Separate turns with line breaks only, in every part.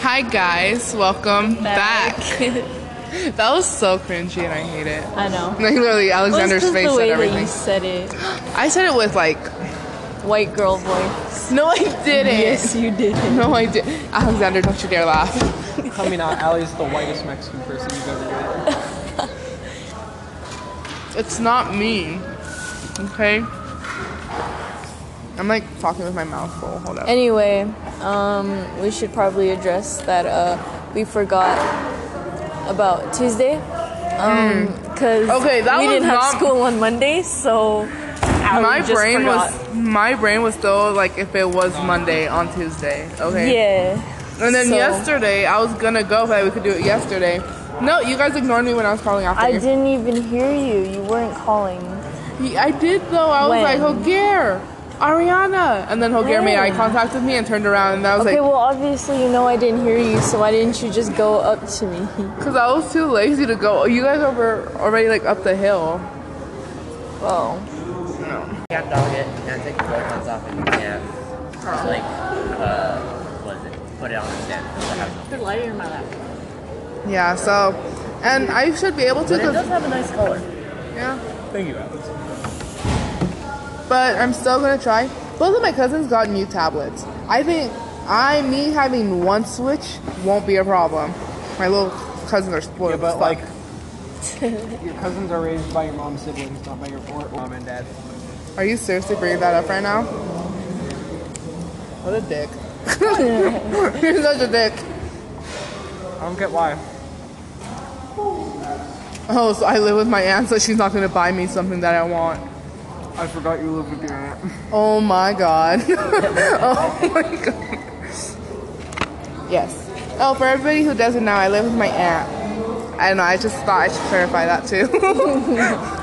Hi guys, welcome back.
Back.
that was so cringy and I hate it.
I know.
Like literally Alexander's
just
face
the way
said
that
everything.
you said it.
I said it with like
White girl voice.
No I didn't.
Yes, you did.
No I did Alexander, don't you dare laugh.
Coming out, Allie's the whitest Mexican person you've ever met.
It's not me. Okay? I'm like talking with my mouth full. Hold up.
Anyway, um, we should probably address that uh, we forgot about Tuesday. Um 'cause
Hmm. Okay, that
we
was
didn't
not-
have school on Monday, so ow,
my
we just
brain
forgot.
was my brain was still like if it was Monday on Tuesday. Okay.
Yeah.
And then
so
yesterday, I was gonna go, but we could do it yesterday. No, you guys ignored me when I was calling after
I
you.
didn't even hear you. You weren't calling.
He- I did though. I was
When?
like, Hogier, Ariana, and then Hogier made eye
When?
contact with me and turned around, and I was
Okay,
like,
well, obviously you know I didn't hear you, so why didn't you just go up to me?
because I was too lazy to go. You guys were already like up the hill.
Well,
Yeah, dog it, and I take the white ones off, and you can't, just like, uh, what is it? Put it on the stand. so it has no-
They're lighter in my lap.
Yeah. So, and I should be able to.
But it does
'cause-
have a nice color.
yeah.
Thank you, Alex.
but I'm still gonna try. Both of my cousins got new tablets. I think I me having one Switch won't be a problem. My little cousins are spoiled.
Yeah,
as
but
fuck.
like, your cousins are raised by your mom's siblings, not by your or mom and dad.
are you seriously bringing that up right now? What a dick. You're such a dick.
I don't get why.
Oh, so I live with my aunt, so she's not gonna buy me something that I want.
I forgot you lived with your aunt.
Oh my god. oh my god. Yes. Oh, for everybody who doesn't know, I live with my aunt. I don't know, I just thought I should clarify that too.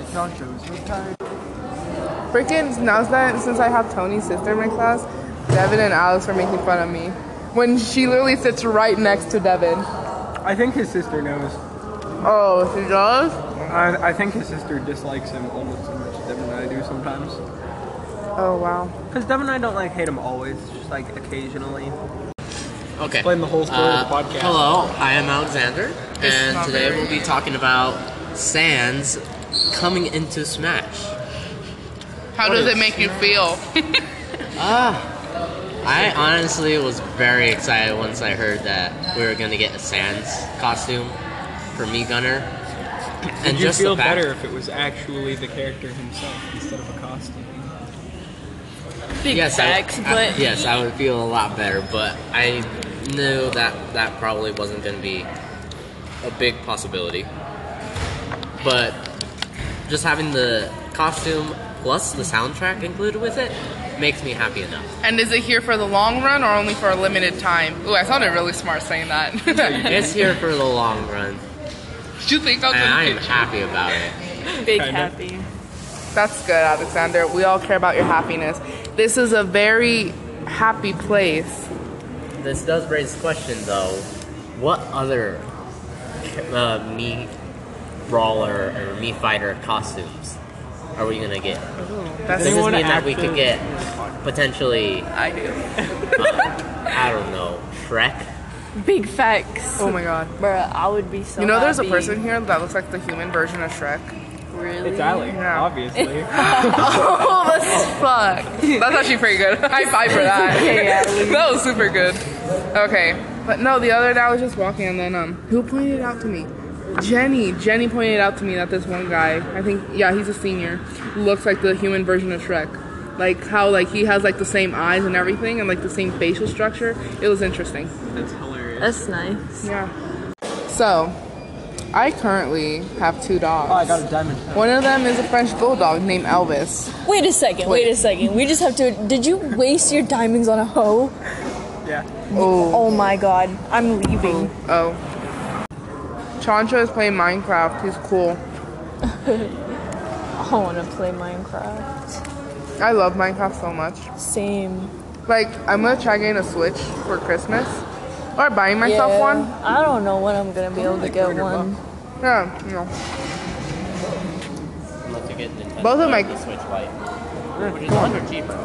It's nachos. You're tired.
Freaking, now that since I have Tony's sister in my class, Devin and Alex are making fun of me. When she literally sits right next to Devin.
I think his sister knows.
Oh, she does?
I, I think his sister dislikes him almost as much as Devin and I do sometimes.
Oh, wow.
Because Devin and I don't like hate him always, just like occasionally.
Okay.
Explain the whole story of the
Uh,
podcast.
Hello, I am Alexander,
It's
and
not
today
very-
we'll be talking about Sans coming into Smash.
How does it make you feel?
I honestly was very excited once I heard that we were gonna get a Sans costume for me, Gunner. And
Did you
just
feel
the fact,
better if it was actually the character himself instead of a costume?
Big
yes,
facts,
I, I-
but
yes, I would feel a lot better. But I knew that that probably wasn't going to be a big possibility. But just having the costume plus the soundtrack included with it makes me happy enough.
And is it here for the long run or only for a limited time? Ooh, I sounded really smart saying that. Did
It's here for the long run,
you think I was
and I
gonna
am happy about it.
big
Kinda.
happy.
That's good, Alexander. We all care about your happiness. This is a very happy place.
This does raise the question, though: what other uh, me brawler or me fighter costumes are we gonna get?
That's
Does this
Anyone
mean that we
active-
could get potentially, uh,
I do.
I don't know, Shrek?
Big facts.
Oh my god.
bruh, I would be so
You know, there's a
happy.
person here that looks like the human version of Shrek.
Really?
It's Ali,
Yeah.
obviously.
Oh, that's fuck. That's actually pretty good. High five for that. that was super good. Okay, but no, the other day I was just walking, and then um, who pointed it out to me? Jenny. Jenny pointed out to me that this one guy, I think, yeah, he's a senior, looks like the human version of Shrek. Like how like he has like the same eyes and everything, and like the same facial structure. It was interesting.
That's hilarious.
That's nice.
Yeah. So, I currently have two dogs.
Oh, I got a diamond.
one of them is a French bulldog named Elvis.
Wait a second. Wait. a second. We just have to. Did you waste your diamonds on a hoe?
Yeah.
Oh.
Oh my god. I'm leaving.
Oh. Chantra is playing Minecraft. He's cool. Oh.
I want to play Minecraft.
I love Minecraft so much.
Same.
Like, I'm gonna try getting a Switch for Christmas. Or buying myself
Yeah.
one.
I don't know when I'm gonna be able to get one.
Yeah, you know.
Unless you get Nintendo
Both of my-
the Switch Lite, which is 100 cheaper,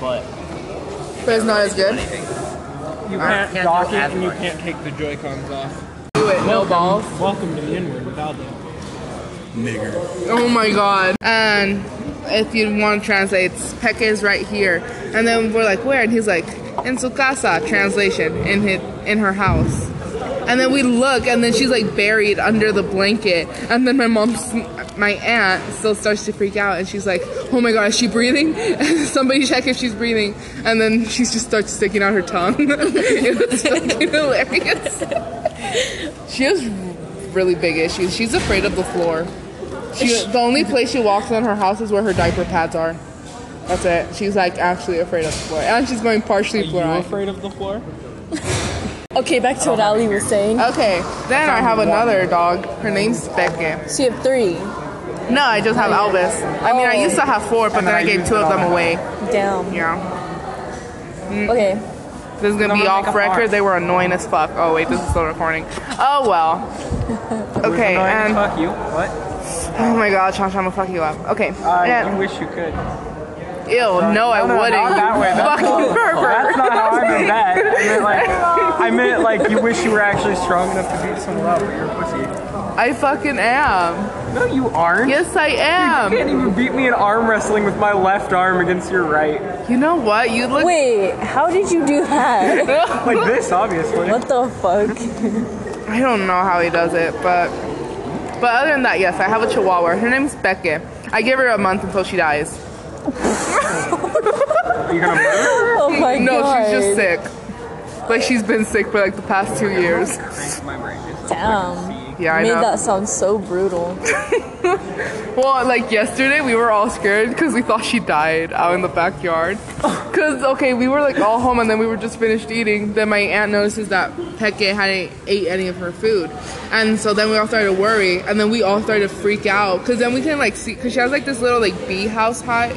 but
But it's not as good.
anything.
You
I
can't,
can't do
dock it
as
and you
much.
can't take the Joy Cons off.
Do it. No balls.
Welcome to the N word without them.
Oh my god. And if you want to translate, it's Peke is right here. And then we're like, where? And he's like, in su casa, translation, in his, in her house. And then we look, and then she's like buried under the blanket. And then my mom's, my aunt still starts to freak out, and she's like, oh my god, is she breathing? Somebody check if she's breathing. And then she just starts sticking out her tongue. it was fucking hilarious. she has really big issues. She's afraid of the floor. She, the only place she walks in her house is where her diaper pads are. That's it. She's like actually afraid of the floor, and she's going partially
Are you
fluoride.
afraid of the floor?
Okay, back to what Ali was saying.
Okay, then I have another dog. Her name's Becky.
So you have three
No, I just have Albus. I mean, I used to have four, but then I gave two of them away.
down.
Yeah, Mm.
Okay,
this is gonna be off record. They were annoying as fuck. Oh wait, this is still recording. Oh well. Okay,
Annoying as
and
fuck you. What?
oh my god, Chancha, I'm gonna fuck you up. Okay,
I
and
wish you could.
ew, no, I
No, no,
wouldn't.
not that way.
you
That's
Fucking pervert.
That's not how I meant that. I meant like, I meant like you wish you were actually strong enough to beat someone up, but you're a
I fucking am.
pussy. No, you aren't.
Yes, I
You
am.
can't even beat me in arm wrestling with my left arm against your right.
You know what? You look.
wait, how did you do that?
I
Like this, obviously.
What the fuck?
don't know how he does it, but but other than that, yes, I have a Chihuahua. Her name's Becky. I give her a month until she dies.
Are you gonna murder?
Oh my
no,
god.
she's just sick. Like she's been sick for like the past two years.
My brain is
Damn.
Yeah, I
Made
know.
that sound so brutal.
Well, like yesterday, we were all scared because we thought she died out in the backyard. Because, okay, we were like all home and then we were just finished eating. Then my aunt notices that Peke hadn't ate any of her food. And so then we all started to worry. And then we all started to freak out. Because then we can, like, see, because she has, like, this little, like, bee house hut.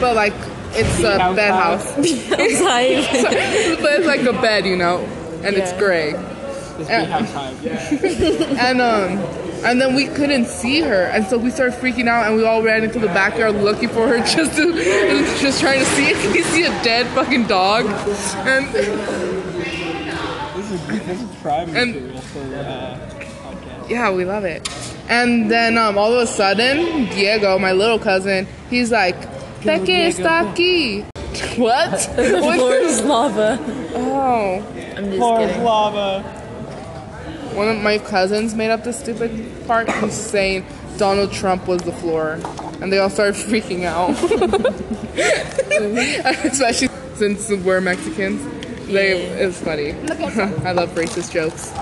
But, like, it's a
house
bed
hive.
house.
Like,
but it's like a bed, you know? And it's
Yeah.
gray.
This we have time. Yeah.
And um, and then we couldn't see her, and so we started freaking out, and we all ran into the backyard looking for her, just to, just trying to see if we see a dead fucking dog. And
This is this is prime
And-
material for uh, podcast.
yeah, we love it. And then um, all of a sudden, Diego, my little cousin, he's like, "Peque está aquí." What?
the
What
floor
is-
is lava.
oh.
I'm just
Floor
kidding.
lava.
One of my cousins made up the stupid part who's saying Donald Trump was the floor. And they all started freaking out. Especially since we're Mexicans. They, It's funny. I love racist jokes.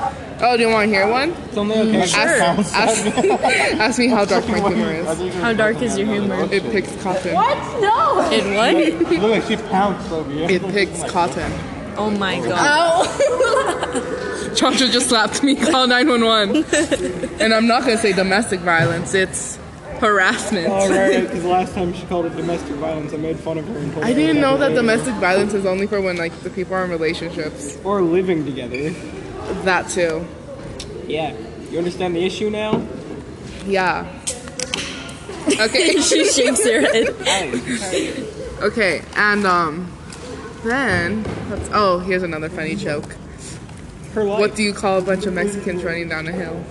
Oh, do you want to hear one?
It's only okay.
Ask, ask, ask me how dark my humor
I
is.
think
How dark is your humor?
It picks cotton.
In what?
Look like she pounced over you.
It picks cotton.
Oh my god.
Chancha just slapped me. Call 911. And I'm not going to say domestic violence. It's harassment.
All right, because last time she called it domestic violence, I made fun of her and told
I
her
didn't know that
was-
domestic violence is only for when like the people are in relationships.
or living together.
That too.
Yeah, you understand the issue now.
Yeah. Okay.
she shakes her head.
okay. And um, then that's, oh, here's another funny joke.
Her life.
What do you call a bunch of Mexicans running down a hill?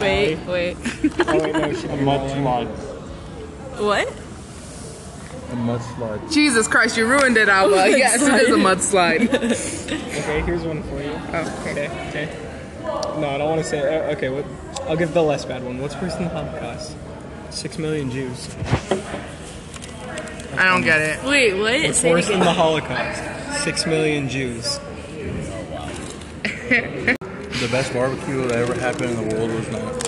Wait, wait.
oh, wait, no, she a mudslide.
What?
A mudslide.
Jesus Christ, you ruined it, Alba. yes, it is a mudslide.
Okay, here's one for you.
Oh, okay.
Okay, okay. No, I don't want to say. Uh, okay, what? I'll give the less bad one. What's worse than the Holocaust? Six million Jews.
I don't get it.
Wait, what?
What's
Say it
worse than
again.
the Holocaust? Six million Jews.
The best barbecue that ever happened in the world was not.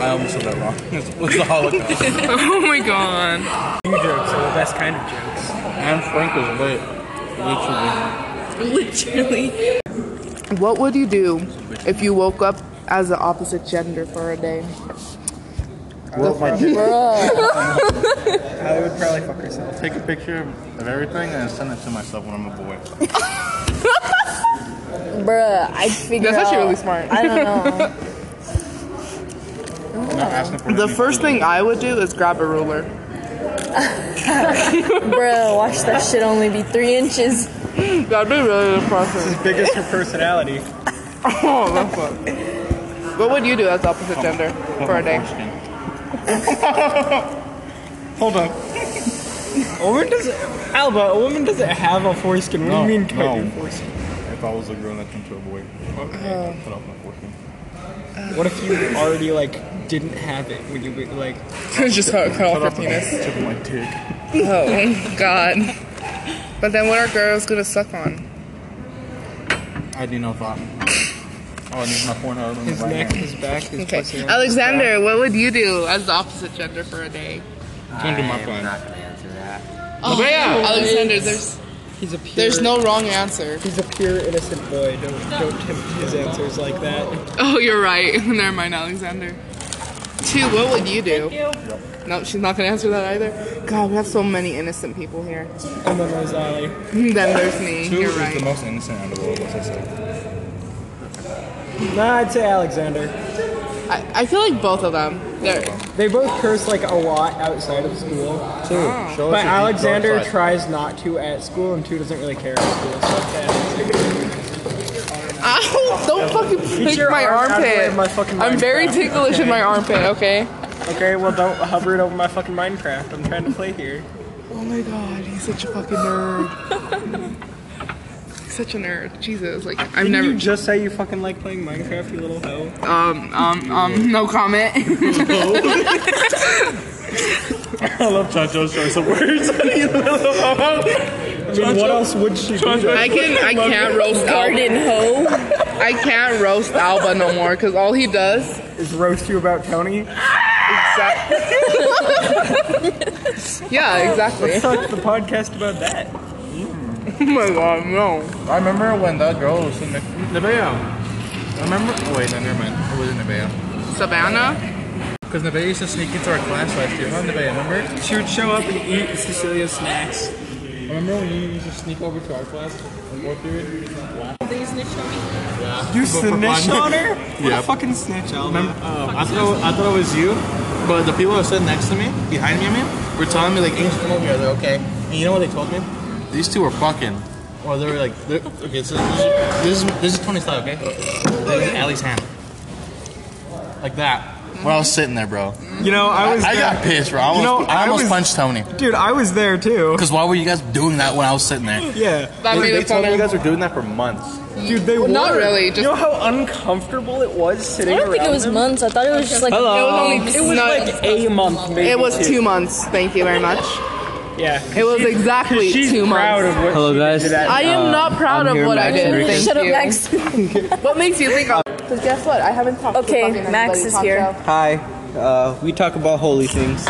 I almost said that wrong. It was the Holocaust.
Oh my god.
You jokes are the best kind of jokes.
and Frank was lit. Literally.
Literally.
What would you do if you woke up as the opposite gender for a day?
Well, my dick.
Bruh.
I would probably fuck herself.
Take a picture of everything and send it to myself when I'm a boy.
Bruh. I'd figure
That's
out.
actually really smart.
I don't know.
I'm not asking for
The
anything.
first thing I would do is grab a ruler.
Bruh, watch that shit only be three inches.
That'd be really depressing.
As big as her personality.
Oh, that's what. Oh, What would you do as opposite gender for a day?
Hold up. A woman doesn't. Alba, a woman doesn't have a foreskin. What
No,
do you mean cut
no.
your foreskin?
If I was a girl that turned to a boy, okay, I'd cut off my foreskin.
What if you already like didn't have it when you were like?
Just cut, cut off
Cut
your
off the
penis.
tip of my dick.
Oh God. But then what are girls gonna suck on?
I do not thought. Oh, and this is my porn hub.
His neck, his back, his
Okay,
pussy.
Alexander, what would you do as the opposite gender for a day?
Under my
I'm
phone.
not gonna answer that.
Alexander, there's
He's a pure.
Oh, there's no wrong answer.
He's a pure innocent boy. Don't don't tempt his answers like that.
Oh, you're right. Never mind, Alexander. Two, what would you do? No, she's not gonna answer that either. God, we have so many innocent people here.
And then there's Ali.
then there's me.
Two
You're
is the
right.
most innocent out of all of us, I say.
Nah, I'd say Alexander.
I, I feel like both of them. They're,
They both curse like a lot outside of school.
Oh.
Two.
But
Show us your deep
Alexander
dark side.
tries not to at school, and two doesn't really care at school. So fuck that.
Ow! Don't fucking pick
your
my
arm out of the way
armpit.
of my fucking
I'm very
Minecraft,
ticklish in my armpit. Okay.
Okay, well don't hover it over my fucking Minecraft. I'm trying to play here.
Oh my god, he's such a fucking nerd. He's such a nerd. Jesus, like I've
Didn't
never.
you just say you fucking like playing Minecraft, you little hoe?
um, um, um. No comment.
I love John Joe's choice of words. You little hoe.
I mean, what else would she do?
I can. I can't roast Alba.
hoe.
I can't roast Alba no more because all he does.
Is roast you about Tony?
Exactly. yeah, exactly.
Fuck the podcast about that.
Oh my god, no.
I remember when that girl was in the Nebea. I remember. Oh, wait, no, never mind. It wasn't Nebea.
Savannah.
Because Nebea used to sneak into our class last year. Remember Nebea, remember?
She would show up and eat Cecilia's snacks.
Remember when you used to sneak over to our class in fourth period?
You snitched on her? What
Yeah.
a fucking snitch, Alba.
Remember, um, I, thought, I thought it was you, but the people that stood next to me, behind me, I mean, were telling me, like, Ames, come over here. I was like, okay. And you know what they told me? These two were fucking. Or they were like, they're- okay, so this is, this is Tony's thigh, okay? This is Allie's hand. Like that. When I was sitting there, bro.
You know, I was
I
there.
got pissed, bro. I almost,
You know,
I
I
almost
was-
punched Tony.
Dude, I was there too.
Because why were you guys doing that when I was sitting there?
Yeah.
That made it funny.
were doing that for months.
Dude, they
Well,
were.
not really, just-
You know how uncomfortable it was sitting
I don't think it
around
was
them?
months. I thought it was just like
Hello.
It was only-
It was
No.
like a month, maybe.
It was two months. Thank you very much.
Yeah.
It was exactly
She's
two
proud
months.
of what
Hello,
she
guys.
Did that.
I am not proud
Uh,
of
I'm here,
what I
Max
did. Thank
Enriquez.
Shut up,
you.
Max.
What makes you think? Because guess what? I haven't talked.
Okay, Max is here.
Hi. Uh, we talk about holy things.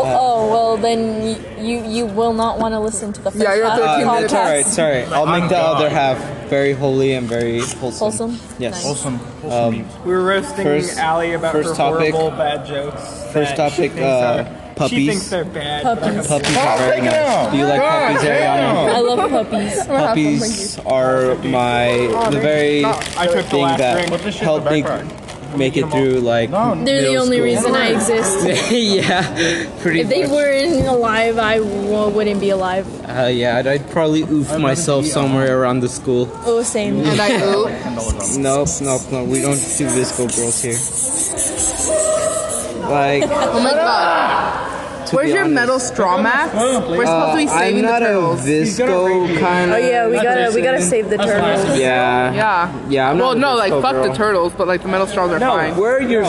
oh well, then y- you you will not want to listen to the first
Yeah, you're
half of the
13
Uh,
minutes.
it's all
podcast.
right. It's all right. I'll make the other half very holy and very wholesome.
Wholesome?
Yes.
Nice.
Wholesome. wholesome
Um,
memes.
We were roasting
First-
Allie about
first
her
topic-
horrible bad jokes.
first
that she
topic,
thinks
uh,
are- She
puppies.
thinks they're bad. but I'm-
Puppies.
Puppies are
Oh
very nice. Do you like puppies, Ariana?
I love puppies.
Puppies are my the very
I took the
thing
last
that
ring. What the shit,
helped
the
me make it through like
They're the
middle
only
school.
reason I exist.
yeah, pretty.
If they
much.
weren't alive, I w- wouldn't be alive.
uh, yeah, I'd, I'd probably oof myself
uh,
somewhere around the school.
Oh, same.
And I oop.
Nope, nope, no. We don't do visco girls here. Like,
Oh my god.
to
Where's
be
your
honest,
metal straw mat? We're supposed
uh,
to be saving
I'm
the
not
turtles.
a visco kind
Oh
of.
yeah, we gotta we gotta save the turtles.
Yeah.
yeah.
Yeah, I'm
well,
not a
no, like
disco
fuck the
girl.
turtles, but like the metal straws are fine.
Where are your
Oh,
yeah,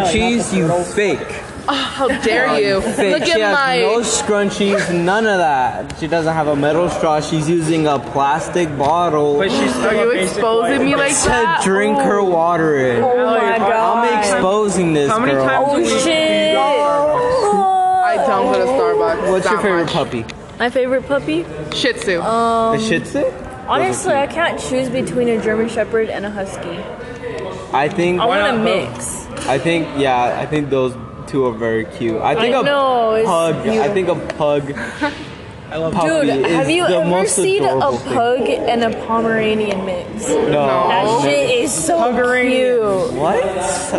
not the
scrunchies, you
turtles.
fake?
How dare you?
Fake.
Look
she
at
has
my.
no scrunchies, none of that. She doesn't have a metal straw. She's using a plastic bottle
But she's still
Are
a
you
basic white
exposing me
bitch.
like
to
that?
drink her water in.
Oh my
I'm
god.
exposing this
How many
girl.
times
Oh
a week?
shit.
I don't go to Starbucks.
Oh. What's your
that
favorite
much.
puppy?
My favorite puppy?
Shih Tzu.
Um,
a Shih Tzu?
Honestly, I can't choose between a German Shepherd and a Husky.
I think.
I want a
not both?
mix.
I think yeah, I think those two are very cute. I think a
know, it's
pug. I
cute.
think a pug
I love
puppy
Dude,
is
have you
the
ever
most
seen a
adorable thing.
pug and a Pomeranian mix?
No.
That shit is so cute.
What?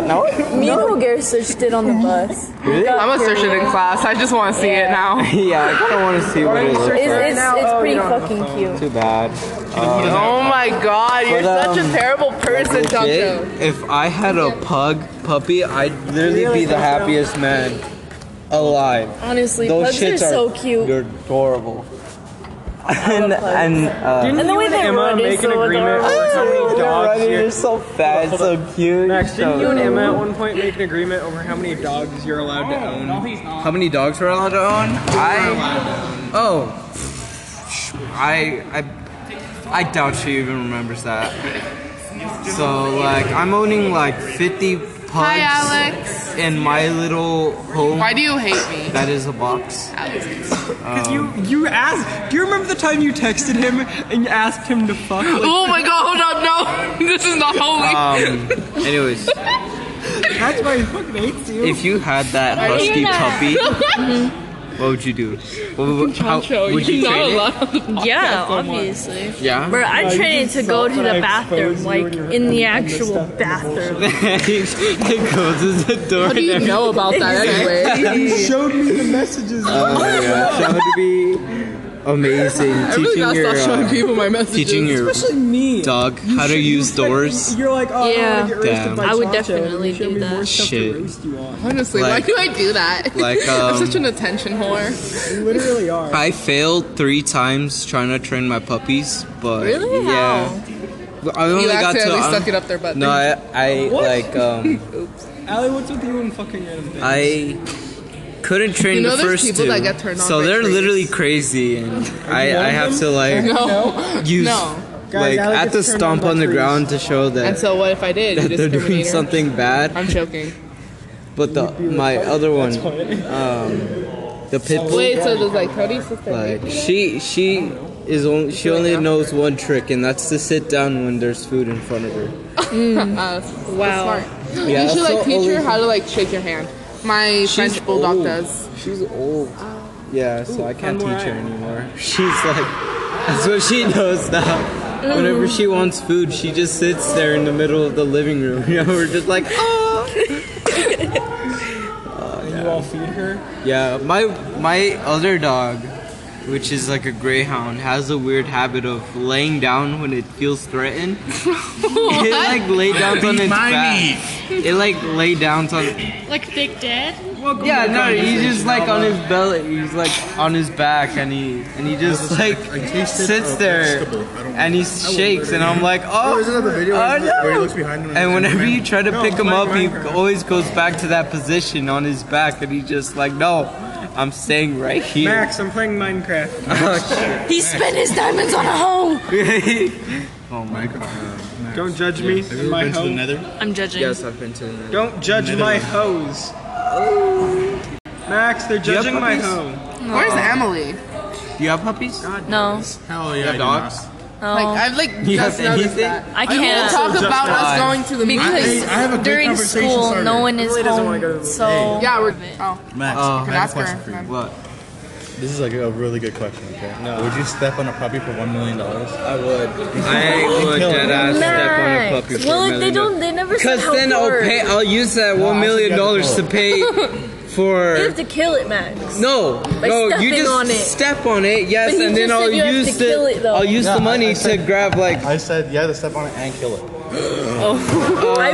No?
Me and Hoger searched it on the bus.
Really?
I'm gonna search it in class. I just want to see it now.
yeah, I kind of want to see what it looks
It's,
like.
it's, it's pretty fucking cute.
Too bad.
Oh my god, you're
But,
such a
um,
terrible person,
Legit,
Tonto.
if I had a pug puppy, I'd literally be the happiest man alive.
Honestly,
Those
pugs
shits
are so cute.
You're adorable. And
pugs.
and uh,
and the way they
Emma
run
make
is
an
so
agreement
adorable.
over how many dogs
running, you're
you're.
so fat,
Hold
so
up.
cute.
Max,
so-
didn't you and Emma at one point make an agreement over how many dogs you're allowed to own?
How many dogs are allowed to own? I oh, I I I doubt she even remembers that. So like I'm owning like 50 pugs
Hi, Alex.
in my little home
Why do you hate me?
that is a box.
Because you you asked. Do you remember the time you texted him and you asked him to fuck? Like,
Oh my god, hold up, no. This is not holy.
Um. Anyways,
that's why he fucking hates you.
if you had that husky puppy, what would you do? What, would- how, would you
Not
trade it?
allowed.
Yeah, obviously.
Yeah.
Bro, I trained to go to
wanna
the
expose
bathroom,
you
like
and
in the
your friends and the
actual
stuff and the
bathroom.
it goes to the door.
What do you know about that anyway?
you showed me the messages.
Oh my gosh, that would be amazing.
I really
teaching
gotta
your
stop showing
uh,
people my messages.
teaching your
Especially me.
dog how to
should-
use
you fucking-
doors.
You're like, oh,
Yeah.
I want to get roasted
Damn.
by
I would
Chacha,
definitely
and you showed
do
me
that.
More stuff
Shit.
To roast you on.
Honestly, why
like-
do I do that?
like,
I'm such
um,
an attention whore.
You literally are.
I failed three times trying to train my puppies, but
Really?
yeah, I only
You
got to.
accidentally
I'm-
stuck it up their butt.
no, I, I
What?
like um,
Allie, what's with you and fucking random things?
I couldn't train
You know
the
there's
first
people
two,
that get turned on
so
by
they're
trees.
literally crazy, and I,
you one
I
of
have to
them?
like
No.
use
No.
Guys,
like
Allie
at
gets
the
turned on
stomp
by
on the
trees.
ground to show
And
that,
so what if I did? You
that they're doing
discriminator?
something bad.
I'm joking.
But the my other one, um, the pit bull,
Wait, so does like Cody's sister?
like she she is only she only knows one trick, and that's to sit down when there's food in front of her.
Uh, wow. Smart.
Yeah,
you should
that's
like
what
teach her
all-
how to like shake your hand. My French bulldog
old.
does.
She's old. Oh. Yeah, so I can't
one more
teach her
eye.
anymore. She's like, that's what she knows now. Whenever she wants food, she just sits there in the middle of the living room. You know, we're just like, oh.
You all feed her.
Yeah, my my other dog, which is like a greyhound, has a weird habit of laying down when it feels threatened. it like lay down on its
my
back. It like lay down on.
Like Big Dad?
Yeah, no, he's just like on his belly. He's like on his back, and he and he just like sits there, and he shakers. And I'm like, oh,
there's another video
oh,
where he- where he
no."
looks behind him and
And
he's
whenever
like,
you try to
"No,
pick him
mine,
up, he
mine, mine."
always goes back to that position on his back, and he just like, no, I'm staying right here.
Max, I'm playing Minecraft.
He spent his diamonds on a hoe.
oh my god.
Don't judge me
Have you
and
ever
my
been to the
hoe.
nether?
I'm judging.
Yes, I've been to the nether.
Don't judge my hoes. Max, they're
you have
judging my
puppies?
hoe.
Where's Emily?
Do you have puppies?
No,
Hell yeah,
have
I do
dogs?
not.
no,
Oh.
Like I've like
You
just
have
noticed
anything?
that.
I
We'll
can't.
talk about
justified.
us going to the movie.
Because
I have a big
during
conversation
school,
starter.
no one is
Really doesn't wanna
home,
go to the-
so
yeah, we're. Oh,
Max,
Oh.
can I have a question for you?
What?
This is like a really good question. Okay. No. Would you step on a puppy for one million dollars?
I would. I would
Kill it.
dead ass step on a
Max.
puppy for
Well,
a
like, they
million
don't. They never said
Because
how
then I'll
far.
pay. I'll use that one
I
million
forgot the
dollars to
code.
pay
You have
for.
to kill it, Max.
No, no,
stepping
you just
on it.
step on it, yes,
But he
and
just
then
said
I'll
you have
use
to
the
kill it, though.
I'll use
Yeah,
the money
I- I
to
said-
grab like
I said, yeah, to step on it and kill it.
I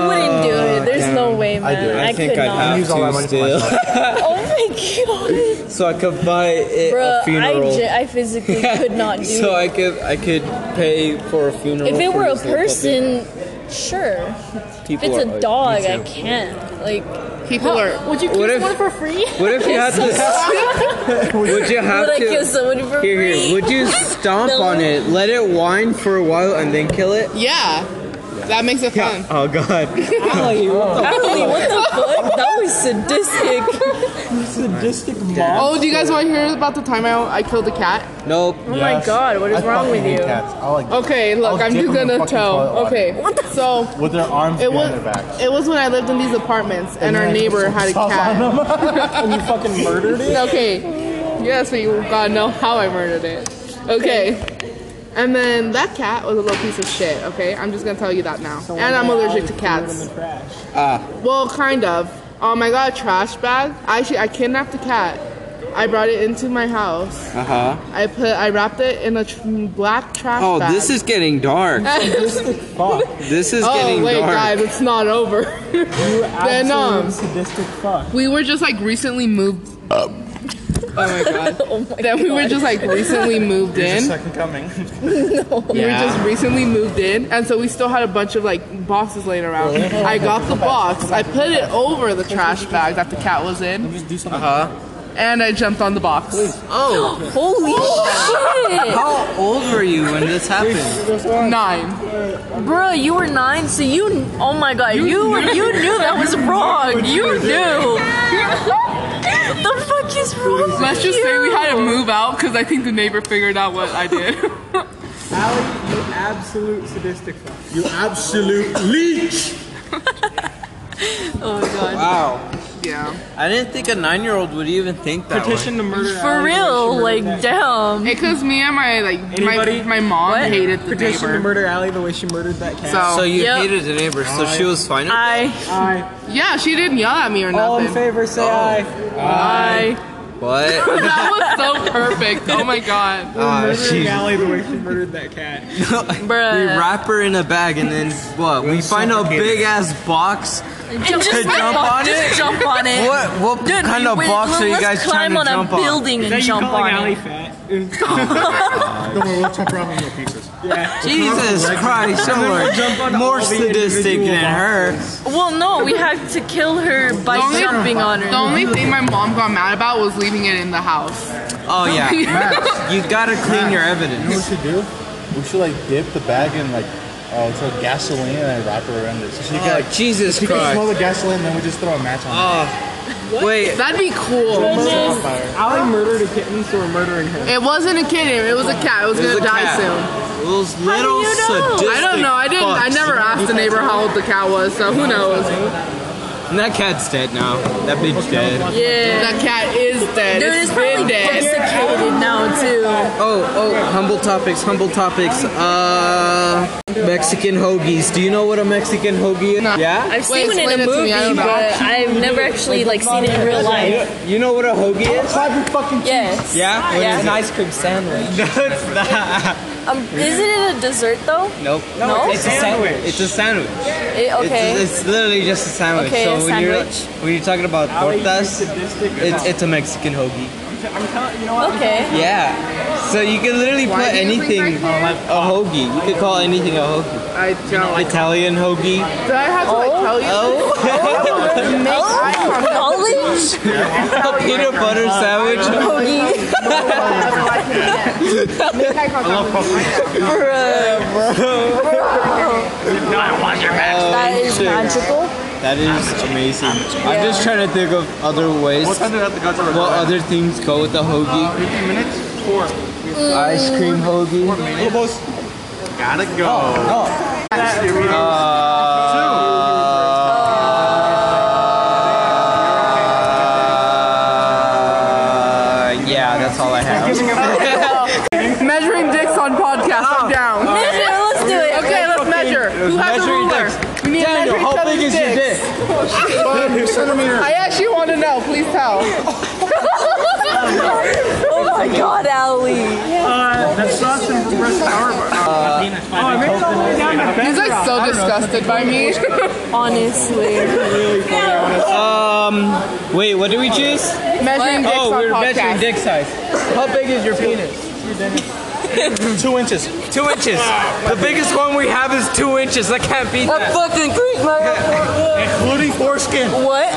wouldn't do
Oh,
it. There's no way, man.
do.
I,
I
could not.
use all my money for myself.
Oh my god.
so I could buy it
Bruh,
a
I,
funeral.
ge- I physically could not do
so
it.
I could I could pay for a funeral.
If it
for
were a
this little puppy.
person, sure. If
People
it's
are- uh,
a dog,
me
I
too.
can't. Like,
people are.
would you
What
kiss
if-
one for free?
What if you had to? Would you have
Would I
to?
kiss somebody for
Here,
free?
here. Would you stomp
No.
on it, let it whine for a while, and then kill it?
Yeah, that makes it fun.
Oh God!
Allie, what the fuck? That was sadistic.
Sadistic mom.
Oh, do you guys want to hear about the time I, I killed a cat?
Nope.
Oh my god, what is wrong with you?
Cats. I like
Okay, look,
I'll
I'm
dip
just
them in
gonna
fucking toilet
tell.
water.
Okay, so
with their arms
it was
behind their backs.
it was when I lived in these apartments, and, our
then I
neighbor had a
sauce
cat.
and you fucking murdered it.
Okay, Yeah, so you gotta know how I murdered it. Okay. And then that cat was a little piece of shit, okay? I'm just gonna tell you that now. and I'm allergic to cats.
Ah.
Well, kind of. Um, I got a trash bag. Actually, I kidnapped a cat. I brought it into my house.
Uh huh.
I put, I wrapped it in a tr- black trash
Oh,
bag.
this is getting dark.
Sadistic fuck.
This is
Oh
getting
wait,
dark.
guys, it's not over.
You
Then, um,
absolute sadistic fuck.
we were just like recently moved. Oh my god. then we were just like recently moved in.
second coming.
We just recently moved in, and so we still had a bunch of like boxes laying around. I got the box, I put it over the trash bag that the cat was in, Uh-huh.
Uh huh.
and I jumped on the box.
Oh,
Holy shit!
how old were you when this happened?
Nine.
Bruh, you were nine, so you. Oh my god, you, were, you knew that was wrong. You knew. the fuck is wrong? with
Let's just say we
you?
had to move out because I think the neighbor figured out what I did.
Allie, you absolute sadistic fuck.
You absolute leech.
Oh god.
Wow.
yeah.
I didn't think a nine-year-old would even think that. way.
Petition to murder.
For
Allie,
real, like damn.
Because me and my like
Anybody?
my, my mom
What?
hated the
Petition to
neighbor.
murder Allie the way she murdered that cat.
So,
So you
Yep.
hated the neighbor, so she was fine. with
I
Aye.
yeah, she didn't yell at me or
All in
nothing.
favor, say aye.
I
it? What?
that was so perfect. Oh my god.
Ah,
Murdering
she's-
Allie the way she murdered that cat.
we
Uh,
Bruh.
wrap her in a bag and then what? We find a big ass box.
And just
Could jump on
just
it?
jump on it.
What what
Dude,
kind of
wait,
box are you
let's
guys trying
climb
to
on
jump
a building
Is that
and
you
jump
calling
on
Allie
it.
fat?
Don't worry, we'll chop around in little pieces.
yeah.
on? Jesus Christ, you are
Jump on all
more
the
sadistic
individual
than her.
Well, no, we had to kill her by
The only-
jumping on her.
The only thing my mom got mad about was leaving it in the house.
Oh yeah, you gotta clean your
You know
evidence.
what we should do? We should like dip the bag in like uh, it's like gasoline and then wrap it around it. So she can
Oh,
like
Jesus
she can smell
Christ.
the gasoline, then we just throw a match on it.
Oh, wait.
That'd be cool.
Allie murdered a kitten, so we're murdering her.
It wasn't a kitten. It was a cat. It was
It was
gonna
a
die
cat.
soon.
Those little
you know?
sadistic.
I don't know. I didn't. I
fucks.
never asked the neighbor how old the cat was, so who knows?
And that cat's dead now. That bitch dead.
yeah.
That cat is dead.
Dude, it's
been
probably
dead.
desiccated now too.
Oh, oh, humble topics, humble topics. Uh, Mexican hoagies. Do you know what a Mexican hoagie is? Yeah?
I've
Wait,
seen it
explain
in a
it to
movie,
me, I don't know.
but I've never actually like seen it in real life.
You know what a hoagie is?
Yes.
Yeah?
What is it?
ice cream sandwich. No, it's not.
Um, isn't it a dessert though?
Nope.
No?
It's a sandwich. It's a sandwich.
It, okay.
It's, it's literally just a sandwich.
Okay,
so
a
when you're
sandwich.
when you're talking about
Allie, you
tortas,
sadistic
it's, it's a Mexican hoagie.
I'm telling you know what?
okay.
Yeah. So you can literally
Why
put
do you bring
anything a
my kid?
hoagie. You could call anything a hoagie.
I don't like.
Italian hoagie.
Did I have to like tell you?
Oh.
College?
a peanut butter sandwich.
Hoagie. Bruh. That is
Shit.
magical.
Oh, That is amazing. I'm just trying to think of other ways. What
did the guts
other things go with a hoagie?
15 minutes? Four.
Ice cream hoagie.
Almost. Gotta go.
Uh, yeah, that's all I have.
Measuring dicks on podcast.
Oh.
I'm down.
Measure, let's do it.
Okay, let's measure. Who has a
Measuring
ruler?
dicks.
We need to measure each
Daniel, how big
other's
is your
dicks.
dick?
Uh,
I actually want to know. Please tell.
Oh my god, Allie.
That's not some compressed power bar. oh, I made it all the way down to
He's like so disgusted by me.
Honestly.
Um, wait, what do we choose?
measuring dicks
Oh,
on
we're
podcast.
measuring dick size. How big is your penis?
Two inches.
Two inches. The biggest one we have is two inches. I can't beat
That fucking creep, man.
Including foreskin.
What?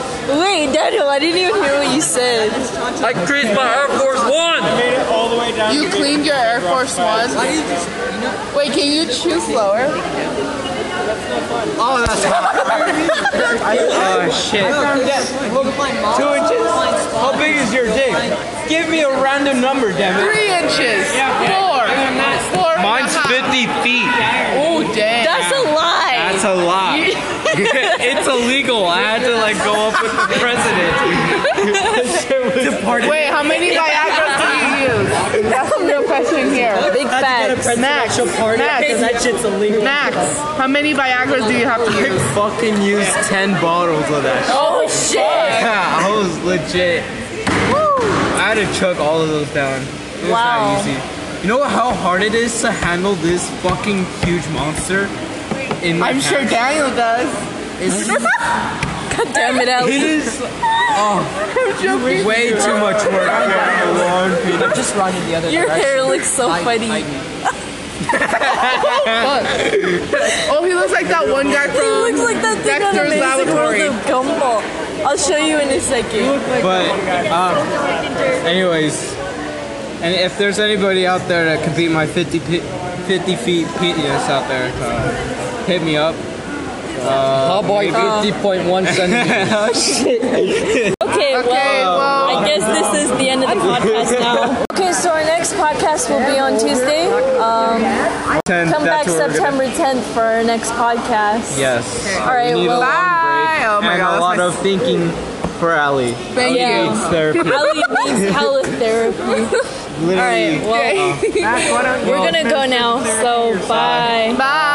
Wait, Daniel, I didn't even hear what you said.
I creased my Air Force One.
I made it all the way down
You
to
cleaned your Air Force One. Wait, can you chew slower?
Oh, that's Oh, shit. Two inches? How big is your dick? Give me a random number, damn it.
Three inches. Four. Four. and a half.
feet.
Oh, damn.
That's a lie.
That's a lot. it's illegal. I had to like go up with the president.
Wait, how many Viagra do you use? That's the real question here.
Big facts.
Max, Max,
that shit's illegal.
Max, how many Viagra's do you have to use?
Fucking used ten bottles of that. shit.
Oh shit!
Yeah, I was legit. I had to chuck all of those down. It was
Wow.
not easy. You know how hard it is to handle this fucking huge monster? In my
I'm sure
hand?
Daniel does.
God damn it,
It
Alex.
is. Oh, way too much work for a long period.
I'm just running the other
Your hair looks so
direction.
funny.
Oh, he looks like that one guy
He
from.
looks like that thing on
Dexter's
Amazing
Laboratory.
World of Gumball. I'll show you in a second.
But, um, anyways, and if there's anybody out there that could beat my 50, pe- 50 feet penis out there, uh, hit me up. Uh,
How boy 50.1 centimeters.
Okay,
Okay,
well,
well,
I guess this is the end of the podcast now. Okay, so our next podcast will be on Tuesday. Um,
Ten,
come back
that's what we're gonna-
September 10th for our next podcast.
Yes.
All right,
We need a
well,
long
bye.
break
Oh my
and
God,
a
that's
lot
my-
of thinking for Ali.
thank
Yeah.
you.
It's therapy.
Ali needs teletherapy. All
Literally.
right, well,
Max, why don't you-
we're gonna go now, so bye.